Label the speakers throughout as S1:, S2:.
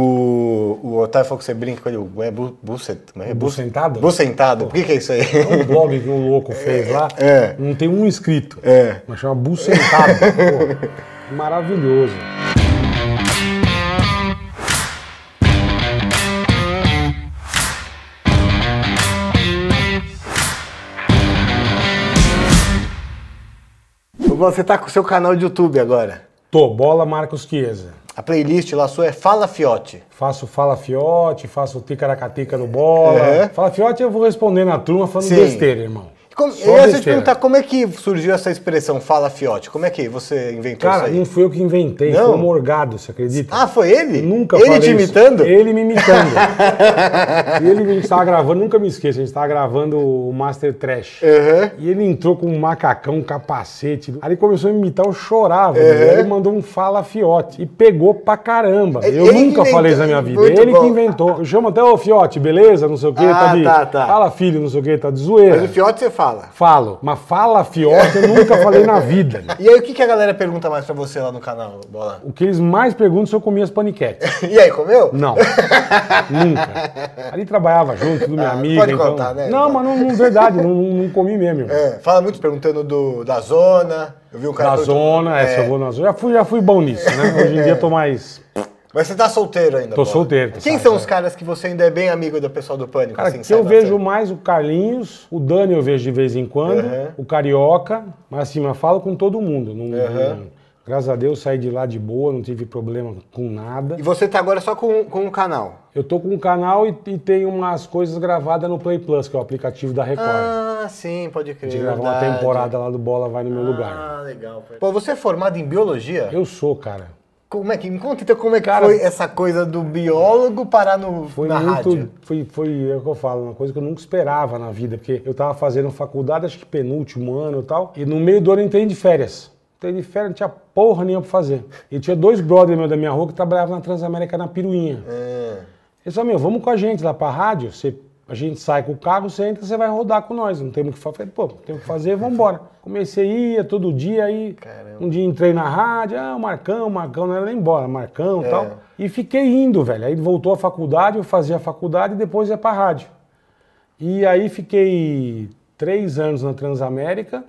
S1: O, o Otávio falou que você brinca com ele, o- é bu, bucet, mas é bu-
S2: Bucentado?
S1: Bucentado, por que, que é isso aí?
S2: um blog que o louco fez lá,
S1: É.
S2: não tem um inscrito.
S1: É.
S2: Mas chama Bucentado. Pô, maravilhoso.
S1: Você tá com o seu canal de YouTube agora.
S2: Tô, bola Marcos Chiesa.
S1: A playlist lá sua é Fala Fiote.
S2: Faço Fala Fiote, faço Ticaracatica do Bola.
S1: É.
S2: Fala Fiote eu vou responder na turma falando
S1: Sim.
S2: besteira, irmão.
S1: E Como,
S2: Só
S1: eu ia te
S2: besteira.
S1: perguntar como é que surgiu essa expressão Fala Fiote. Como é que você inventou
S2: Cara,
S1: isso aí?
S2: não fui eu que inventei,
S1: Não?
S2: foi o Morgado, você acredita?
S1: Ah, foi ele?
S2: Nunca
S1: Ele
S2: falei
S1: te
S2: isso.
S1: imitando?
S2: Ele me imitando. e ele me estava gravando, nunca me esqueço, a gente estava gravando o Master Trash.
S1: Aham.
S2: E ele entrou com um macacão, um capacete. Aí ele começou a me imitar, eu chorava. velho. Aí Ele mandou um fala fiote. E pegou pra caramba.
S1: Ele-
S2: Eu
S1: É, ele
S2: nunca
S1: inventou.
S2: falei isso na minha vida.
S1: Muito
S2: ele
S1: bom.
S2: que inventou. Eu chamo até o fiote, beleza? Não sei o quê.
S1: Ah,
S2: de...
S1: tá, tá.
S2: Fala filho, não sei o quê, tá de zoeira.
S1: Mas o Fiote você fala.
S2: Falo. Mas fala fiote eu nunca falei na vida.
S1: E aí, o que, que a galera pergunta mais pra você lá no canal, Bola?
S2: O que eles mais perguntam é se eu comia as paniquetes.
S1: E aí, comeu?
S2: Não. Nunca. Ali trabalhava junto, tudo minha
S1: Ah,
S2: amiga.
S1: pode
S2: então-
S1: contar, né?
S2: Não, mas não, não verdade, não, não- não comi mesmo. irmão.
S1: É, fala muito perguntando do, da zona. Eu vi um cara.
S2: Na
S1: perguntando-
S2: zona, é, se eu vou na zona. Já fui, já fui bom nisso, né? Hoje em dia tô mais.
S1: Mas você tá solteiro ainda?
S2: Tô
S1: Bola?
S2: solteiro,
S1: Quem
S2: sabe,
S1: são
S2: é.
S1: os caras que você ainda é bem amigo do pessoal do Pânico?
S2: Cara,
S1: assim,
S2: que
S1: sai
S2: eu
S1: na
S2: vejo
S1: cena?
S2: mais o Carlinhos, o Dani eu vejo de vez em quando,
S1: Uhum.
S2: o Carioca, mas assim, eu falo com todo mundo. Não,
S1: Uhum.
S2: não- graças a Deus saí de lá de boa, não tive problema com nada.
S1: E você tá agora só com, com um canal.
S2: Eu tô com um canal e, e tem umas coisas gravadas no Play Plus, que é o aplicativo da Record.
S1: Ah, sim, pode
S2: A
S1: crer.
S2: gente gravou uma
S1: verdade.
S2: temporada lá do Bola Vai no Meu Lugar.
S1: Ah, legal. Pô, você é formado em biologia?
S2: Eu sou, cara.
S1: Como é que. Me conta então como é que
S2: Cara-
S1: foi essa coisa do biólogo parar no,
S2: Foi
S1: na
S2: muito.
S1: rádio.
S2: Foi, foi é o que eu falo, uma coisa que eu nunca esperava na vida, porque eu tava fazendo faculdade, acho que penúltimo ano e tal, e no meio do ano eu entrei de férias. Entrei de férias, não tinha porra nenhuma pra fazer. E tinha dois brothers meus da minha rua que trabalhavam na Transamérica na Piruinha.
S1: É.
S2: Eles falaram, meu, vamos com a gente lá pra rádio, você, a gente sai com o carro, você entra, você vai rodar com nós, não tem muito o que fazer. Falei, pô, não tem o que fazer, vambora. Comecei a ir, ia todo dia, aí
S1: Caramba.
S2: um dia entrei na rádio, ah, o Marcão, o Marcão, não era nem embora, Marcão e tal. E fiquei indo, velho, aí voltou à faculdade, eu fazia a faculdade e depois ia pra rádio. E aí fiquei três anos na Transamérica,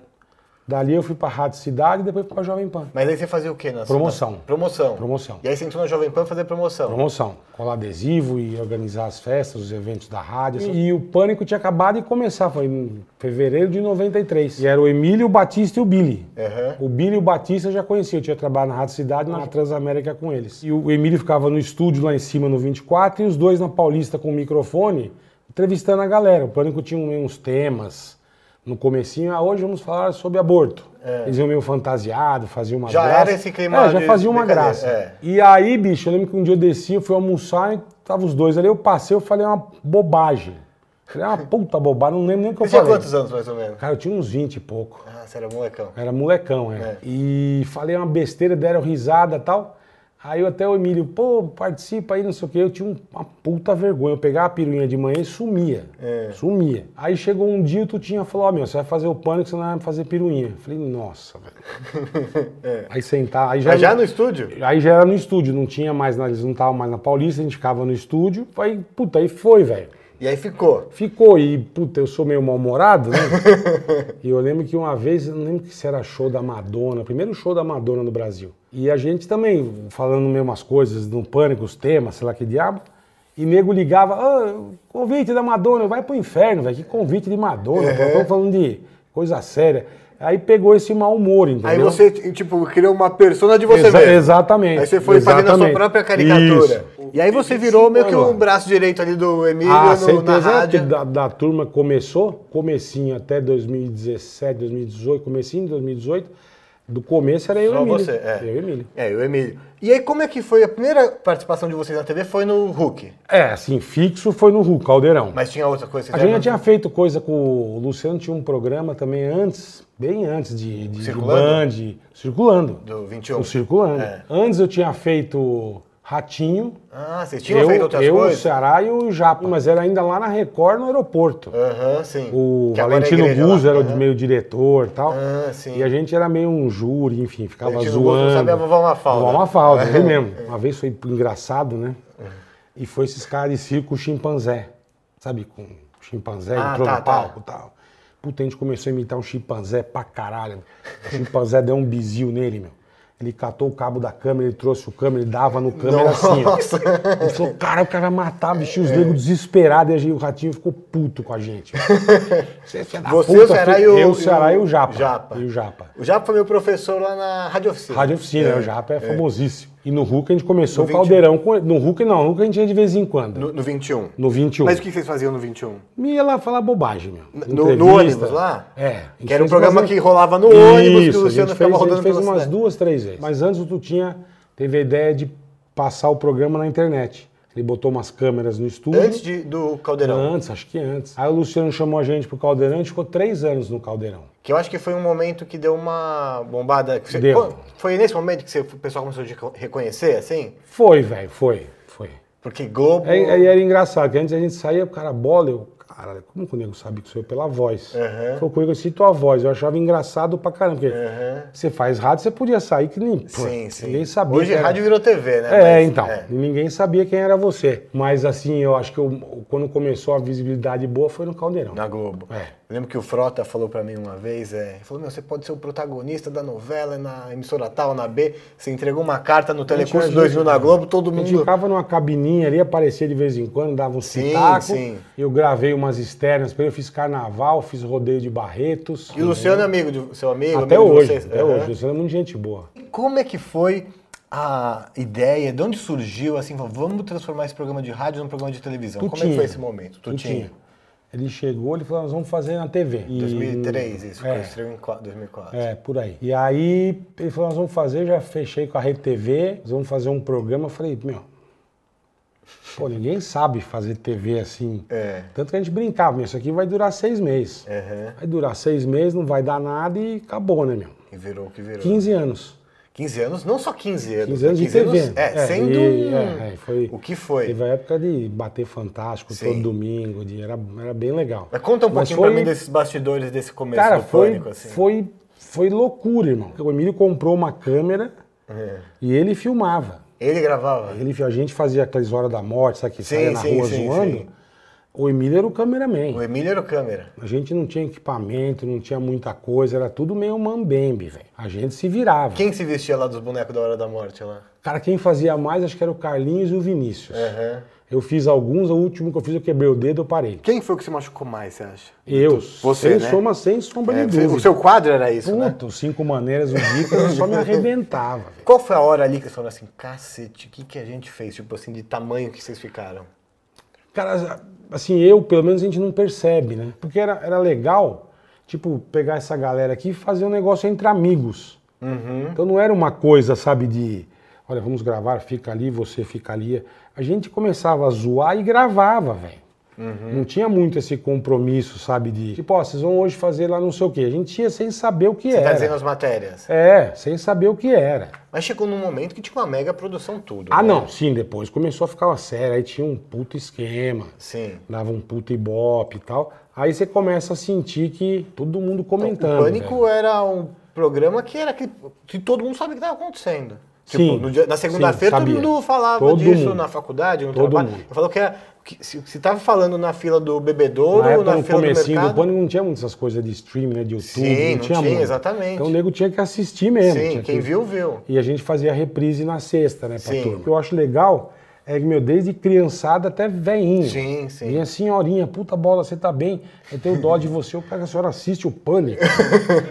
S2: dali eu fui pra Rádio Cidade e depois fui pra Jovem Pan.
S1: Mas aí você fazia o quê na
S2: Promoção.
S1: Na... Promoção.
S2: Promoção.
S1: E aí você entrou na Jovem Pan fazer promoção.
S2: promoção, colar adesivo e organizar as festas, os eventos da rádio. assim. E o Pânico tinha acabado de começar, foi em fevereiro de 93. E era o Emílio, o Batista e o Billy.
S1: Aham.
S2: O Billy e o Batista eu já conhecia, eu tinha trabalhado na Rádio Cidade na Transamérica com eles. E o Emílio ficava no estúdio lá em cima no 24 e os dois na Paulista com o microfone entrevistando a galera. O Pânico tinha um- uns temas no comecinho, ah, hoje vamos falar sobre aborto. Eles iam meio fantasiado, faziam uma
S1: É. Já
S2: graça.
S1: era esse clima
S2: É, já
S1: de
S2: fazia uma
S1: brincadeira,
S2: graça.
S1: é.
S2: E aí, bicho, eu lembro que um dia eu desci, eu fui almoçar e tava os dois ali, eu passei, eu falei uma bobagem. Falei uma puta bobagem, não lembro nem o que eu
S1: Você tinha
S2: falei.
S1: quantos anos, mais ou menos?
S2: Cara, eu tinha uns 20 e pouco.
S1: Ah, você era molecão.
S2: Era molecão, é.
S1: É.
S2: E falei uma besteira, deram risada e tal. Aí eu até o Emílio, pô, participa aí, não sei o quê. Eu tinha um- uma puta vergonha. Eu pegava a piruinha de manhã e sumia.
S1: É.
S2: Sumia. Aí chegou um dia, tu tinha falou, ó, meu, você vai fazer o pânico, você não vai fazer piruinha. Eu falei, nossa, velho. Aí sentar, aí já...
S1: É. Mas já no estúdio?
S2: Aí já era no estúdio, não tinha mais, na- eles não estavam mais na Paulista, a gente ficava no estúdio. Aí, puta, aí foi, velho.
S1: E aí ficou.
S2: Ficou e, puta, eu sou meio mal-humorado, né? e eu lembro que uma vez, eu não lembro se era show da Madonna, primeiro show da Madonna no Brasil. E a gente também falando mesmas coisas, no pânico, os temas, sei lá que diabo. E nego ligava, ah, convite da Madonna, vai pro inferno, velho, que convite de Madonna,
S1: É.
S2: estamos falando de coisa séria. Aí pegou esse mau humor, entendeu?
S1: Aí você, tipo, criou uma persona de você
S2: Exa-
S1: mesmo.
S2: Exatamente.
S1: Aí você foi fazendo a sua
S2: Exatamente.
S1: própria caricatura.
S2: Isso.
S1: E aí você virou meio que o
S2: Mano.
S1: braço direito ali do Emílio
S2: Ah,
S1: no, na
S2: certeza é que
S1: rádio.
S2: da, da turma começou, comecinho até 2017, 2018, comecinho de 2018, do começo era eu
S1: Só
S2: e o Emílio.
S1: você, é.
S2: Eu e o Emílio.
S1: É, o Emílio. E aí, como é que foi? A primeira participação de vocês na TV foi no Hulk.
S2: É, assim, fixo foi no Hulk, Caldeirão.
S1: Mas tinha outra coisa que
S2: a
S1: você
S2: gente já
S1: lembra?
S2: tinha feito coisa com o Luciano, tinha um programa também antes, bem antes de, de, de
S1: Circulando?
S2: Band, circulando.
S1: Do 21.
S2: O circulando.
S1: É.
S2: Antes eu tinha feito Ratinho,
S1: Ah, vocês tinham feito
S2: eu,
S1: outras
S2: eu o
S1: coisas?
S2: Ceará e o Japa. Mas era ainda lá na Record, no aeroporto.
S1: Aham, sim.
S2: O
S1: Que agora é
S2: Valentino
S1: igreja
S2: Guz
S1: lá.
S2: era o
S1: Aham.
S2: meio diretor e tal.
S1: Ah, sim.
S2: E a gente era meio um júri, enfim, ficava
S1: Valentino Guz não
S2: zoando.
S1: sabia vovó Mafalda.
S2: Vovó
S1: É.
S2: Mafalda, ele mesmo. Uma vez foi engraçado, né? E foi esses caras de circo chimpanzé. Sabe, com chimpanzé
S1: Ah,
S2: entrou
S1: tá, tá.
S2: no palco e tal. Puta, a gente começou a imitar um chimpanzé pra caralho. O chimpanzé deu um bizil nele, meu. Ele catou o cabo da câmera, ele trouxe o câmera, ele dava no câmera assim, ó.
S1: Nossa.
S2: Ele falou, cara, o cara vai matar, bicho, os negros desesperados. E a gente- o ratinho ficou puto com a gente. Você, é filho da
S1: Você,
S2: puta,
S1: o Ceará
S2: filho.
S1: e o-
S2: Eu, o Ceará e o Japa.
S1: Japa.
S2: E o Japa.
S1: O Japa foi meu professor lá na Rádio Oficina.
S2: Rádio Oficina,
S1: É.
S2: o Japa é, famosíssimo. E no Hulk a gente começou
S1: No um.
S2: o caldeirão com ele. No Hulk não, no Hulk a gente ia de vez em quando. No,
S1: No, no 21.
S2: 21.
S1: Mas o que vocês faziam no 21?
S2: Me ia lá falar bobagem, meu.
S1: No,
S2: Entrevista.
S1: no ônibus lá?
S2: É. a gente
S1: Que era um
S2: fez
S1: programa
S2: umas-
S1: que rolava no ônibus, que
S2: Isso,
S1: o
S2: a gente
S1: Luciano
S2: fez,
S1: ficava
S2: a gente
S1: rodando
S2: fez
S1: pela
S2: umas
S1: cidade.
S2: duas, três vezes. Mas antes o Tutinha teve a ideia de passar o programa na internet. Ele botou umas câmeras no estúdio.
S1: Antes de- do Caldeirão.
S2: Antes, acho que antes. Então, Aí o Luciano chamou a gente pro Caldeirão, a gente ficou três anos no Caldeirão.
S1: Que eu acho que foi um momento que deu uma bombada. que você-
S2: Deu.
S1: Quando- Foi nesse momento que você- o pessoal começou a te reconhecer, assim?
S2: Foi, velho, foi, foi.
S1: Porque Globo.
S2: Aí, aí era engraçado, que antes a gente saía, o cara bola, eu, cara, como que o nego sabe que sou eu pela voz?
S1: Aham.
S2: Foi comigo, eu cito a voz, eu achava engraçado pra caramba, porque
S1: Aham.
S2: você faz rádio, você podia sair que nem, pô,
S1: Sim, sim.
S2: ninguém sabia.
S1: Hoje
S2: que era-
S1: rádio virou TV, né?
S2: É,
S1: Mas,
S2: então,
S1: é.
S2: ninguém sabia quem era você. Mas assim, eu acho que eu- quando começou a visibilidade boa foi no Caldeirão.
S1: Na Globo.
S2: É.
S1: Eu lembro que o Frota falou pra mim uma vez, é, ele falou, meu, você pode ser o protagonista da novela é na emissora tal, na B. Você entregou uma carta no Telecurso
S2: gente-
S1: 2000 na Globo, todo
S2: A gente
S1: mundo...
S2: ficava numa cabininha ali, aparecia de vez em quando, dava um
S1: Sim,
S2: espetáculo.
S1: sim.
S2: Eu gravei umas externas pra ele, eu fiz carnaval, fiz rodeio de Barretos.
S1: E o Luciano é amigo de seu amigo?
S2: Até
S1: amigo de
S2: hoje,
S1: vocês?
S2: até
S1: Aham.
S2: hoje. O Luciano é muito gente boa.
S1: Como é que foi a ideia, de onde surgiu, assim, falou, vamos transformar esse programa de rádio num programa de televisão? Como é que
S2: Tutinha.
S1: foi esse momento? Tutinha.
S2: Ele chegou, ele falou, nós vamos fazer na TV. E-
S1: 2003, isso,
S2: É.
S1: que estreou em qua- 2004.
S2: É, por aí. E aí ele falou, nós vamos fazer, já fechei com a Rede TV, nós vamos fazer um programa. Eu falei, meu, pô, ninguém sabe fazer TV assim.
S1: É.
S2: Tanto que a gente brincava, meu, isso aqui vai durar seis meses.
S1: Aham.
S2: Vai durar seis meses, não vai dar nada e acabou, né, meu?
S1: E virou o que virou. 15,
S2: 15 anos.
S1: anos, não só 15 anos.
S2: 15 anos
S1: né?
S2: de TV.
S1: é, sendo
S2: e-
S1: um-
S2: é, é, foi,
S1: o que foi.
S2: Teve a época de bater fantástico
S1: Sim.
S2: todo domingo, de, era, era bem legal.
S1: Mas conta um
S2: Mas
S1: pouquinho
S2: foi-
S1: pra mim desses bastidores desse começo
S2: Cara,
S1: do
S2: foi,
S1: pânico, assim.
S2: foi, foi loucura, irmão. O Emílio comprou uma câmera
S1: É.
S2: e ele filmava.
S1: Ele gravava.
S2: Ele, a gente fazia aquelas horas da morte, sabe, que
S1: Sim,
S2: saia na
S1: sim,
S2: rua
S1: sim,
S2: zoando.
S1: sim.
S2: O Emílio era o cameraman.
S1: O Emílio era o câmera.
S2: A gente não tinha equipamento, não tinha muita coisa, era tudo meio mambembe, velho. A gente se virava.
S1: Quem se vestia lá dos bonecos da Hora da Morte lá?
S2: Cara, quem fazia mais, acho que era o Carlinhos e o Vinícius.
S1: Aham.
S2: Eu fiz alguns, o último que eu fiz, eu quebrei o dedo, eu parei.
S1: Quem foi que se machucou mais, você acha?
S2: Eu,
S1: Você,
S2: sem,
S1: né?
S2: soma, sem sombra
S1: É,
S2: Um de
S1: você-
S2: dúvida.
S1: o seu quadro era isso, né?
S2: Puta, os cinco maneiras, o bico, eu só me arrebentava, velho.
S1: Qual foi a hora ali que vocês falaram assim, cacete, o que, que a gente fez? Tipo assim, de tamanho que vocês ficaram.
S2: Cara, assim, eu, pelo menos, a gente não percebe, né? Porque era, era legal, tipo, pegar essa galera aqui e fazer um negócio entre amigos.
S1: Uhum.
S2: Então não era uma coisa, sabe, de olha, vamos gravar, fica ali, você fica ali. A gente começava a zoar e gravava, velho.
S1: Uhum.
S2: Não tinha muito esse compromisso, sabe, de tipo, ó, vocês vão hoje fazer lá não sei o quê. A gente ia sem saber o que
S1: Você tá
S2: era.
S1: dizendo as matérias.
S2: É, sem saber o que era.
S1: Mas chegou num momento que tinha uma mega produção tudo.
S2: Ah,
S1: né?
S2: não, sim, depois começou a ficar sério, aí tinha um puto esquema
S1: Sim.
S2: dava um puto ibope e tal. Aí você começa a sentir que todo mundo comentando.
S1: Então, o Pânico
S2: velho.
S1: era um programa que era que, que todo mundo sabia o que estava acontecendo. Tipo,
S2: Sim,
S1: no dia- na
S2: sim,
S1: segunda-feira todo
S2: sabia.
S1: mundo falava
S2: Todo
S1: disso
S2: mundo.
S1: na faculdade, no
S2: Todo
S1: trabalho.
S2: mundo.
S1: Eu falo que, era, que se, se tava falando na fila do bebedouro,
S2: Na
S1: na,
S2: época, no
S1: fila do
S2: comecinho do,
S1: mercado.
S2: Pânico, não tinha muitas coisas de streaming, né, de YouTube.
S1: Sim, não tinha,
S2: muito.
S1: exatamente.
S2: Então o nego tinha que assistir mesmo.
S1: Sim,
S2: tinha
S1: quem
S2: que-
S1: viu, viu.
S2: E a gente fazia reprise na sexta, né, pra
S1: Sim.
S2: turma. O que eu acho legal é que, meu, desde criançada até veinho.
S1: Sim, sim.
S2: Minha senhorinha, puta bola, você tá bem. Eu tenho dó de você, eu quero que a senhora assiste o Pânico.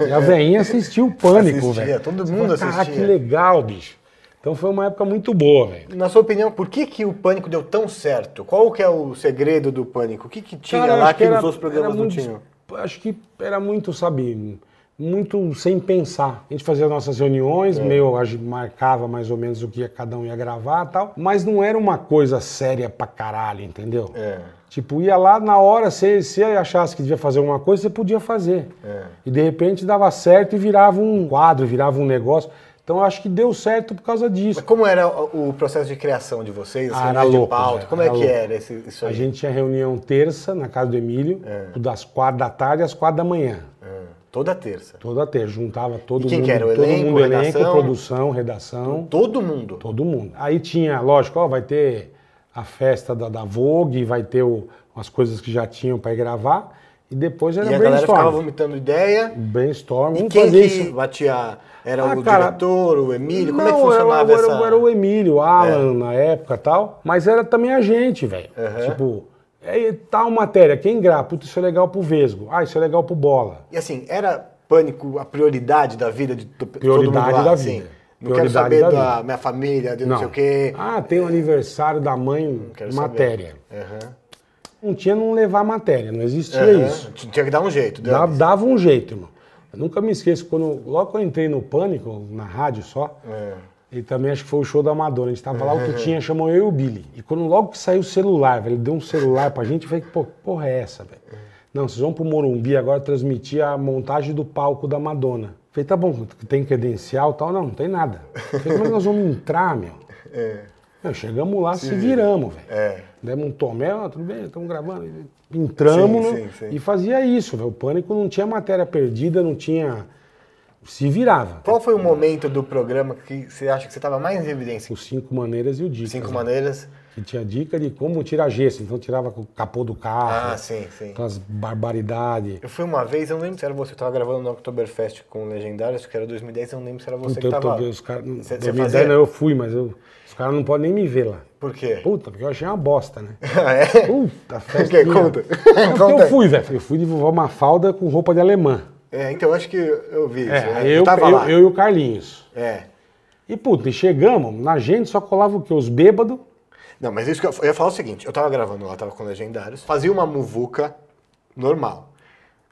S2: e a veinha assistiu o Pânico,
S1: Assistia,
S2: velho.
S1: todo
S2: Você
S1: mundo
S2: fala, Caraca,
S1: assistia."
S2: que legal, bicho. Então foi uma época muito boa, velho.
S1: Na sua opinião, por que, que o Pânico deu tão certo? Qual que é o segredo do Pânico? O que, que tinha
S2: Cara, eu
S1: lá
S2: acho
S1: que,
S2: era-
S1: os outros programas
S2: era
S1: não
S2: muito-
S1: tinham?
S2: Acho que era muito, sabe, muito sem pensar. A gente fazia nossas reuniões,
S1: É.
S2: meio a gente marcava mais ou menos o que cada um ia gravar e tal, mas não era uma coisa séria pra caralho, entendeu?
S1: É.
S2: Tipo, ia lá na hora, se você achasse que devia fazer alguma coisa, você podia fazer.
S1: É.
S2: E de repente dava certo e virava um quadro, virava um negócio. Então Então eu acho que deu certo por causa disso.
S1: Mas como era o o processo de criação de vocês?
S2: Ah,
S1: reunião
S2: era
S1: de
S2: louco,
S1: pauta?
S2: velho,
S1: Como é
S2: era
S1: que
S2: louco.
S1: era esse, isso
S2: A
S1: aí? É.
S2: gente tinha reunião terça na casa do Emílio, das quatro da tarde às quatro da manhã.
S1: Ah, toda terça.
S2: Toda terça, juntava todo
S1: E quem
S2: mundo.
S1: que era? O
S2: todo
S1: elenco,
S2: mundo elenco,
S1: redação?
S2: produção, redação,
S1: Todo mundo.
S2: todo mundo. Aí tinha, lógico, ó, vai ter a festa da, da Vogue, vai ter o- as coisas que já tinham para gravar. E depois era
S1: E a galera
S2: brainstorm.
S1: ficava vomitando ideia. E
S2: Brainstorm, vamos
S1: quem
S2: fazer
S1: que
S2: isso.
S1: batia? Era
S2: Ah,
S1: o
S2: cara,
S1: diretor, o Emílio? Como
S2: não,
S1: é que funcionava
S2: era,
S1: essa... É.
S2: era, era o Emílio, o Alan na época e tal. Mas era também a gente, velho. Tipo, é, tal matéria, quem grava? Puta, isso é legal pro Vesgo. Ah, isso é legal pro Bola.
S1: E assim, era pânico a prioridade da vida de to- todo
S2: Prioridade
S1: mundo lá,
S2: da
S1: assim?
S2: vida.
S1: Não quero
S2: Prioridade
S1: saber
S2: da
S1: da, minha família, de não, sei o quê.
S2: Ah, tem o aniversário da mãe,
S1: quero
S2: matéria.
S1: Aham.
S2: Não tinha não levar matéria, não existia
S1: Aham.
S2: É isso.
S1: T- Tinha que dar um jeito.
S2: Dava,
S1: dane-se.
S2: dava um jeito, irmão. Eu nunca me esqueço, quando, logo que eu entrei no Pânico, na rádio só,
S1: É.
S2: E também acho que foi o show da Madonna. A gente tava lá, o Tutinha chamou eu e o Billy. E quando logo que saiu o celular, velho, ele deu um celular pra gente, eu falei, pô, que porra é essa, velho? Não, vocês vão pro Morumbi agora transmitir a montagem do palco da Madonna. Eu Falei, tá bom, tem credencial e tal? Não, não tem nada. Eu Falei, como é que nós vamos entrar, meu?
S1: É.
S2: Meu, chegamos lá, se viramos, velho.
S1: É.
S2: Demos um tomé, ah, tudo bem, estamos gravando. Entramos
S1: Sim,
S2: né?
S1: sim, sim.
S2: e fazia isso, velho. O pânico não tinha matéria perdida, não tinha. Se virava.
S1: Qual foi o momento do programa que você acha que você estava mais em evidência?
S2: Os cinco maneiras e o Dicas.
S1: Cinco
S2: né?
S1: maneiras?
S2: que tinha dica de como tirar gesso. Então tirava com o capô do carro,
S1: Ah, sim, sim.
S2: aquelas barbaridades.
S1: Eu fui uma vez, eu não lembro se era você, eu tava gravando no Oktoberfest com o Legendário, acho que era 2010, eu não lembro se era você
S2: Puta, eu
S1: que
S2: tô
S1: tava.
S2: vendo os caras.
S1: Cê- cê
S2: 2010
S1: fazia?
S2: não, eu fui, mas eu- os caras não podem nem me ver lá.
S1: Por quê?
S2: Puta, porque eu achei uma bosta, né?
S1: Ah, é?
S2: Puta,
S1: Que?
S2: festa.
S1: Conta. Conta
S2: Porque
S1: aí.
S2: eu fui, velho. Eu fui divulgar uma falda com roupa de alemã.
S1: É, então eu acho que eu vi isso. né?
S2: É, eu,
S1: tava
S2: eu,
S1: lá.
S2: eu e o Carlinhos.
S1: É.
S2: E puta, e chegamos, na gente só colava o quê? Os bêbados.
S1: Não, mas isso que eu, eu ia falar o seguinte: eu tava gravando lá, tava com legendários, fazia uma muvuca normal.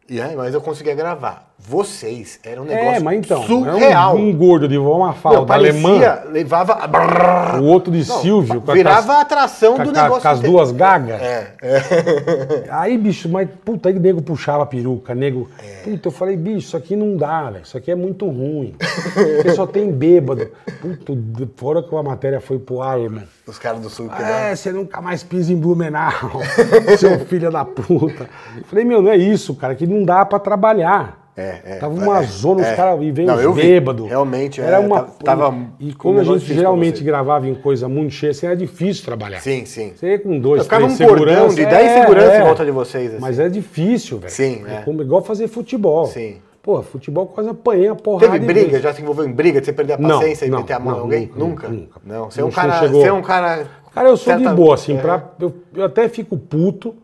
S1: E aí, mas eu conseguia gravar. Vocês era um negócio
S2: É, mas então,
S1: surreal.
S2: era um, um gordo de voar uma
S1: Não,
S2: falda alemã,
S1: parecia, levava. a brrrr.
S2: o outro de
S1: Não,
S2: Silvio, com a
S1: virava a atração
S2: com,
S1: do
S2: a-
S1: negócio.
S2: com as
S1: inteiro.
S2: duas gagas.
S1: É, é.
S2: Aí, bicho, mas puta, aí nego puxava a peruca, nego.
S1: É.
S2: Puta, eu falei, bicho, isso aqui não dá, velho. Isso aqui é muito ruim. Porque só tem bêbado. Puta, de- fora que a matéria foi pro ar, irmão.
S1: Os caras do sul que
S2: É, você nunca mais pisa em Blumenau, seu filho da puta. Eu Falei, meu, não é isso, cara, que não dá pra trabalhar.
S1: É, é.
S2: Tava uma
S1: É,
S2: zona,
S1: é.
S2: os caras e veio
S1: Não, eu
S2: os
S1: vi.
S2: bêbado.
S1: Realmente,
S2: era
S1: é,
S2: uma.
S1: tava- tava
S2: e
S1: um
S2: como a
S1: negócio
S2: gente
S1: difícil pra
S2: geralmente
S1: você.
S2: gravava em coisa muito cheia, assim, era difícil trabalhar.
S1: Sim, sim.
S2: Você ia com dois,
S1: Ficava
S2: três
S1: um cordão
S2: segurança.
S1: de 10 seguranças em volta
S2: de
S1: de vocês. Assim.
S2: mas é difícil, velho.
S1: Sim,
S2: É
S1: é.
S2: como, igual fazer futebol.
S1: Sim.
S2: Pô, futebol quase apanhei a porrada.
S1: Teve
S2: de
S1: briga?
S2: vez.
S1: Já se envolveu em briga de você perder a
S2: Não,
S1: paciência
S2: não,
S1: e meter a mão
S2: não,
S1: em alguém?
S2: nunca,
S1: Nunca?
S2: nunca.
S1: Não. Você é um
S2: Não
S1: cara.
S2: chegou.
S1: Você é um cara.
S2: Cara, eu sou
S1: certa-
S2: de boa, assim,
S1: É.
S2: pra, eu, eu até fico puto,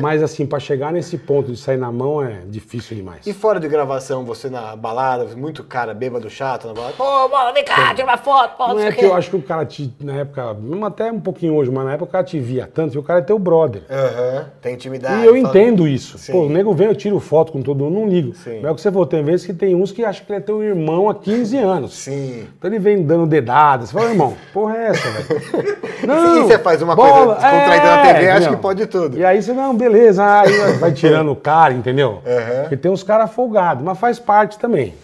S2: mas assim, pra chegar nesse ponto de sair na mão é difícil demais.
S1: E fora de gravação, você na balada, muito cara bêbado chato na balada. Pô, bola, vem cá, tira uma foto, pô,
S2: Não
S1: sei
S2: é
S1: o
S2: que
S1: quê.
S2: eu acho que o cara te, na época, mesmo até um pouquinho hoje, mas na época o cara te via tanto e o cara é teu brother.
S1: Aham, tem intimidade.
S2: E eu
S1: fala-
S2: entendo isso.
S1: É Sim.
S2: Pô, o nego vem, eu tiro foto com todo mundo, não ligo.
S1: Sim.
S2: Mas é o que você falou, tem vezes que tem uns que acham que ele é teu irmão há 15 anos.
S1: Sim.
S2: Então ele vem dando dedada. Você fala, irmão, porra é essa, velho? é,
S1: E você faz uma coisa descontraída na TV, acho que pode tudo.
S2: E aí você, não, beleza, aí vai tirando o cara, entendeu? Porque tem uns caras folgados, mas faz parte também.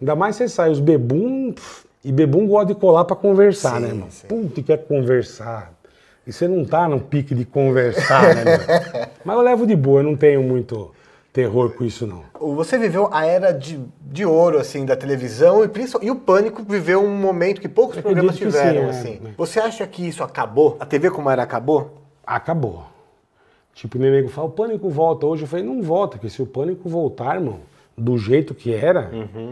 S2: Ainda mais você sai, os bebum, pff, e bebum gosta de colar pra conversar,
S1: Sim,
S2: né, irmão?
S1: sim.
S2: Puta, e quer conversar. E você não tá no pique de conversar, né, meu? Mas eu levo de boa, eu não tenho muito terror com isso, não.
S1: Você viveu a era de, de ouro, assim, da televisão e, principal- e o Pânico viveu um momento que poucos
S2: Acredito
S1: programas
S2: que
S1: tiveram,
S2: sim, é,
S1: assim.
S2: é.
S1: Você acha que isso acabou? A TV como era acabou?
S2: acabou. Tipo, o nego fala, o pânico volta hoje. Eu falei, não volta, porque se o pânico voltar, irmão, do jeito que era,
S1: Uhum.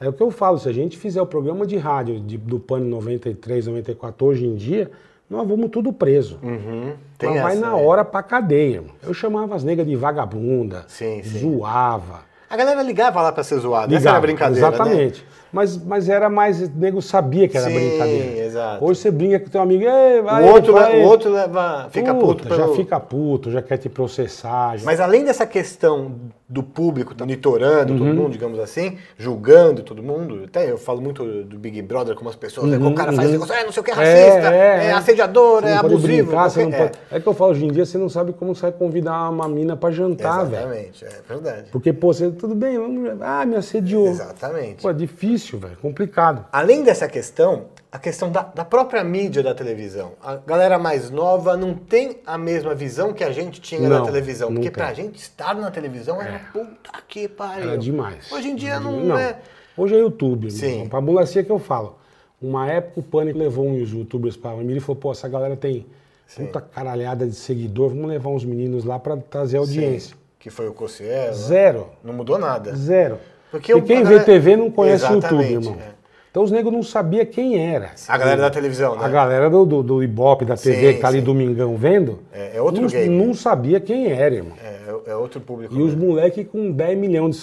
S2: é o que eu falo, se a gente fizer o programa de rádio de- do Pânico 93, 94 hoje em dia, nós vamos tudo preso.
S1: Uhum.
S2: Mas vai na
S1: né?
S2: hora pra cadeia, irmão. Eu chamava as negas de vagabunda,
S1: Sim, sim.
S2: zoava.
S1: A galera ligava lá pra ser zoada. Essa era
S2: Ligava,
S1: a brincadeira, né?
S2: Exatamente. Mas, mas era mais. O nego sabia que era
S1: Sim,
S2: brincadeira.
S1: exato.
S2: Hoje você brinca com teu amigo, "Ei, vai,
S1: o outro,
S2: vai".
S1: o outro leva, fica puto
S2: Puta,
S1: pelo...
S2: Já fica puto, já quer te processar. já-
S1: Mas além dessa questão do público tá monitorando
S2: Uhum.
S1: todo mundo, digamos assim, julgando todo mundo, até eu falo muito do Big Brother, como as pessoas, né,
S2: Uhum,
S1: como o cara faz esse negócio, é, não sei o que, é racista, é, assediador,
S2: Você
S1: é
S2: não pode
S1: abusivo.
S2: brincar, você
S1: qualquer-
S2: não pode- é. que eu falo, hoje em dia você não sabe como você vai convidar uma mina pra
S1: É,
S2: jantar, Tá, velho.
S1: exatamente, é verdade.
S2: Porque, pô, você tudo bem, vamos. Ah, me assediou.
S1: Exatamente.
S2: Pô, é difícil, velho, complicado.
S1: Além dessa questão, a questão da, da própria mídia da televisão. A galera mais nova não tem a mesma visão que a gente tinha da
S2: Não,
S1: televisão.
S2: não
S1: Porque
S2: tem. É.
S1: pra gente estar na televisão era puta que pariu.
S2: Era É demais.
S1: Hoje em dia não, é.
S2: Hoje é YouTube.
S1: Sim.
S2: Sim. Pra mulacia que eu falo. Uma época o Pânico levou uns youtubers pra mim e falou, pô, essa galera tem puta caralhada de seguidor, vamos levar uns meninos lá pra trazer audiência.
S1: Que foi o Cossiel.
S2: Zero.
S1: Não mudou nada.
S2: Zero.
S1: Porque
S2: e
S1: o- a
S2: quem vê
S1: galera-
S2: TV não conhece o YouTube,
S1: Exatamente,
S2: irmão.
S1: é.
S2: Então os negros não sabia quem era.
S1: A galera da televisão, né?
S2: A galera do, do, do Ibope, da TV,
S1: Sim,
S2: que tá ali
S1: sim.
S2: domingão vendo,
S1: É- é outro
S2: não,
S1: game.
S2: não sabia quem era, irmão.
S1: É, é outro público.
S2: E os
S1: né?
S2: moleque com 10 milhões de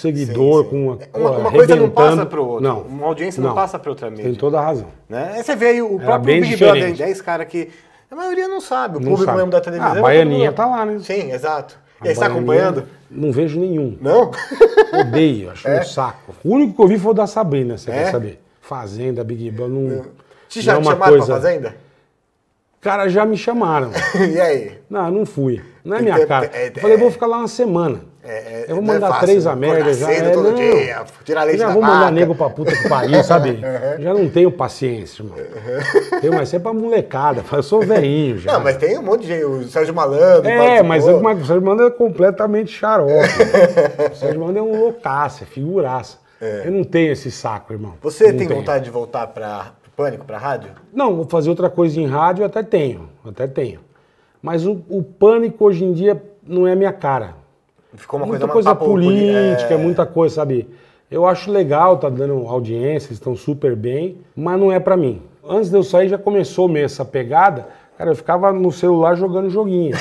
S1: Sim,
S2: seguidor,
S1: sim.
S2: com uma,
S1: Uma-
S2: pô,
S1: uma coisa não
S2: arrebentando.
S1: passa pro outro. Um
S2: Não.
S1: Uma audiência não passa pra outra mídia.
S2: Tem toda a razão.
S1: Né? Aí você vê aí o
S2: Era
S1: próprio
S2: bem
S1: Big Brother,
S2: diferente.
S1: 10 caras que a maioria não sabe, o
S2: Não
S1: público
S2: sabe.
S1: mesmo da televisão.
S2: Ah, a
S1: é
S2: Baianinha
S1: todo mundo.
S2: tá lá, né?
S1: Sim, exato. E aí você tá
S2: Agora,
S1: acompanhando?
S2: eu Não é vejo nenhum.
S1: Não?
S2: Odeio, acho um saco. O único que eu vi foi o da Sabrina, você
S1: É?
S2: quer saber? Fazenda, Big Brother, não.
S1: Te já
S2: não é
S1: te
S2: uma
S1: chamaram
S2: coisa-
S1: pra fazenda?
S2: Cara, já me chamaram.
S1: e aí?
S2: Não, eu não fui. Não é
S1: Tem
S2: minha
S1: que-
S2: cara.
S1: é-
S2: Eu falei,
S1: é-
S2: vou ficar lá uma semana.
S1: É, é-
S2: eu vou
S1: não é
S2: mandar
S1: fácil,
S2: três a
S1: né?
S2: merda
S1: Acordar
S2: já.
S1: cedo
S2: é,
S1: todo
S2: não.
S1: dia, tirar leite
S2: já
S1: da
S2: vou mandar
S1: vaca.
S2: nego pra puta que pariu, sabe? já não tenho paciência, irmão. Tenho mais sempre pra molecada. Eu sou velhinho já.
S1: Não, mas tem um monte de gente. O Sérgio Malandro.
S2: É,
S1: participou.
S2: mas o Marcos Sérgio Malandro é completamente xarope. né? o Sérgio Malandro é um loucaça, é figuraça. Eu não tenho esse saco, irmão.
S1: É. Você
S2: Não
S1: tem
S2: tenho.
S1: vontade de voltar pra pro Pânico, pra rádio?
S2: Não, vou fazer outra coisa em rádio, eu até tenho, até tenho. Mas o, o pânico hoje em dia não é a minha cara.
S1: Ficou uma
S2: muita
S1: uma
S2: coisa
S1: papo poli-
S2: política, é... muita coisa, sabe? Eu acho legal, tá dando audiência, estão super bem, mas não é pra mim. Antes de eu sair já começou meio essa pegada. Cara, eu ficava no celular jogando joguinho.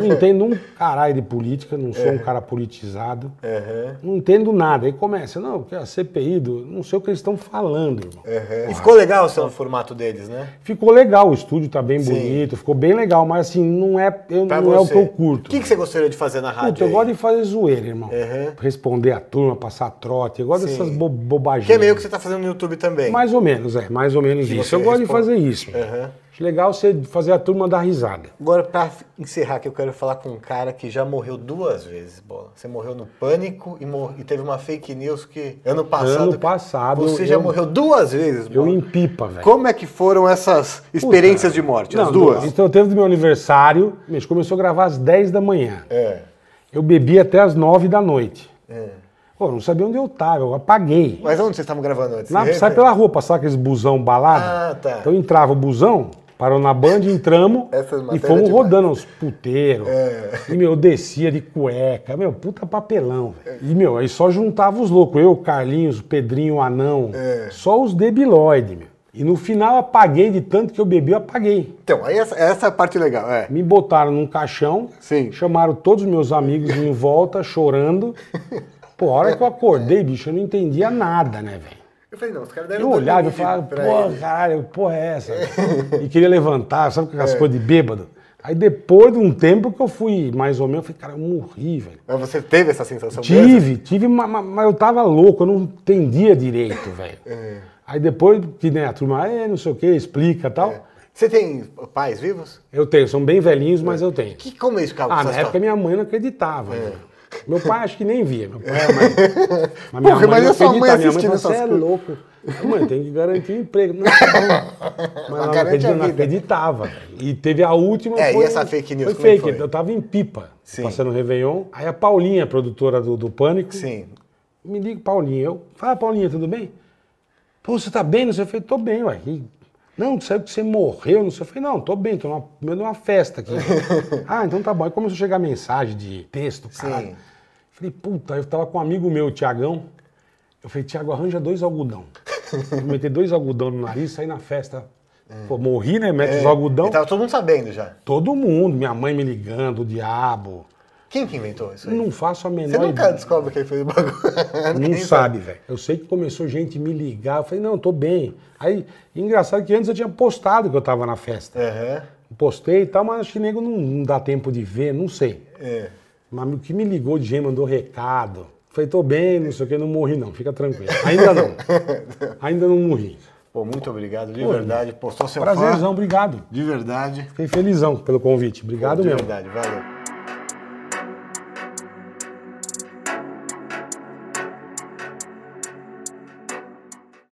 S2: não entendo um caralho de política, não
S1: É.
S2: sou um cara politizado.
S1: Aham,
S2: Não entendo nada. Aí começa, não, que a CPI, do... não sei o que eles estão falando, irmão.
S1: aham. é. E ficou legal o seu formato deles, né?
S2: Ficou legal, o estúdio tá bem
S1: Sim.
S2: bonito, ficou bem legal, mas assim, não é, eu,
S1: Pra
S2: não é o
S1: você.
S2: que eu curto.
S1: O que, que você gostaria de fazer na rádio?
S2: Puta, Ah, então eu
S1: aí?
S2: gosto de fazer zoeira, irmão.
S1: Uhum.
S2: Responder a turma, passar trote. Eu gosto
S1: Sim.
S2: dessas bo bobagens.
S1: Que é meio que você tá fazendo no YouTube também.
S2: Mais ou menos, é. Mais ou menos
S1: Que
S2: isso.
S1: você
S2: Eu gosto de
S1: responde.
S2: fazer isso.
S1: Aham.
S2: Acho legal você fazer a turma dar risada.
S1: Agora, pra encerrar aqui, eu quero falar com um cara que já morreu duas vezes, Bola. Você morreu no pânico e, mor- e teve uma fake news que ano passado...
S2: Ano passado,
S1: Você
S2: eu-
S1: já
S2: eu-
S1: morreu duas vezes,
S2: Eu
S1: Bola.
S2: em pipa, velho.
S1: Como é que foram essas experiências de morte? as
S2: Não,
S1: duas?
S2: não. Então teve do meu aniversário, a gente começou a gravar às 10 da manhã.
S1: É.
S2: Eu bebi até às 9 da noite.
S1: é.
S2: Pô, eu não sabia onde eu tava, eu apaguei.
S1: Mas onde vocês estavam gravando antes?
S2: Lá,
S1: Você-
S2: sai pela rua, passar aqueles busão balada.
S1: é. Ah, tá.
S2: Então entrava o busão, parou na Band, entramos
S1: Essas
S2: e
S1: matérias é
S2: fomos
S1: demais. É.
S2: rodando os puteiros. E, meu, eu descia de cueca. Meu, puta papelão, velho. E, meu, aí só juntava os loucos. Eu, Carlinhos, Pedrinho, o Anão.
S1: É.
S2: Só os debilóide, meu. E no final apaguei de tanto que eu bebi, eu apaguei.
S1: Então, aí essa, essa é a parte legal, é.
S2: Me botaram num caixão,
S1: Sim.
S2: chamaram todos os meus amigos em volta, chorando. Pô, a hora que eu acordei, bicho, eu não entendia nada, né, velho?
S1: Eu falei, não, os caras deram
S2: Eu
S1: todo
S2: olhava e
S1: mundo de-
S2: falava,
S1: pra
S2: pô,
S1: ele.
S2: caralho, que porra é essa? e queria levantar, sabe aquelas
S1: É.
S2: coisas de bêbado? Aí depois de um tempo que eu fui mais ou menos, eu falei, cara, eu morri, velho.
S1: Mas você teve essa sensação mesmo?
S2: Tive, tive, ma- ma- mas, eu tava louco, eu não entendia direito, velho.
S1: É.
S2: Aí depois que né, a turma, é, não sei o que, explica e tal.
S1: É. Você tem pais vivos?
S2: Eu tenho, são bem velhinhos, mas eu tenho.
S1: Que, como é isso, cara?
S2: Ah,
S1: essa
S2: na época
S1: história?
S2: minha mãe não acreditava.
S1: É.
S2: né? Meu pai acho que nem via. Meu pai, mas, mas minha
S1: Porra,
S2: mãe
S1: imagina
S2: não
S1: sua mãe
S2: acreditava. Minha mãe
S1: assistindo
S2: falou, você
S1: essas
S2: é
S1: coisas."
S2: louco. Mãe, tem que garantir um emprego. Não, tá bom. mas ela não,
S1: garante a
S2: acredita- não
S1: vida.
S2: acreditava. E teve a última.
S1: É, e
S2: foi,
S1: essa fake news,
S2: Foi
S1: como é que
S2: fake.
S1: foi?
S2: Eu tava em Pipa,
S1: Sim.
S2: passando o Réveillon. Aí a Paulinha, produtora do, do Pânico,
S1: Sim.
S2: me liga, Paulinha. Eu, fala, Paulinha, tudo bem? Pô, você tá bem? Não sei. Eu falei, tô bem, ué. E, não, saiu que você morreu, não sei. Eu falei, não, tô bem, tô numa, meio de uma festa aqui. ah, então tá bom. Aí começou a chegar mensagem de texto, caralho.
S1: Sim.
S2: Falei, puta, eu tava com um amigo meu, o Tiagão. Eu falei, Tiago, arranja dois algodão. Vou meter dois algodão no nariz, sair na festa. Pô, morri, né? Mete os algodão.
S1: E É. tava todo mundo sabendo já.
S2: Todo mundo, minha mãe me ligando, o diabo.
S1: Quem que inventou isso aí?
S2: Não faço a menor
S1: É. Você nunca
S2: ideia.
S1: descobre quem fez o bagulho.
S2: Não
S1: Quem
S2: sabe, velho. Eu sei que começou gente me ligar. Eu falei, não, tô bem. Aí, engraçado que antes eu tinha postado que eu tava na festa.
S1: Aham.
S2: Postei e tal, mas acho que nego não, não dá tempo de ver, não sei.
S1: É.
S2: Mas o que me ligou de gente mandou recado. Falei, tô bem, não sei o que, não morri não, fica tranquilo. Ainda não. Ainda não morri.
S1: Pô, muito obrigado, de
S2: Pô,
S1: verdade. Postou seu fã.
S2: Prazerzão, obrigado.
S1: De verdade.
S2: Fiquei felizão pelo convite. Obrigado
S1: de
S2: mesmo.
S1: verdade, valeu.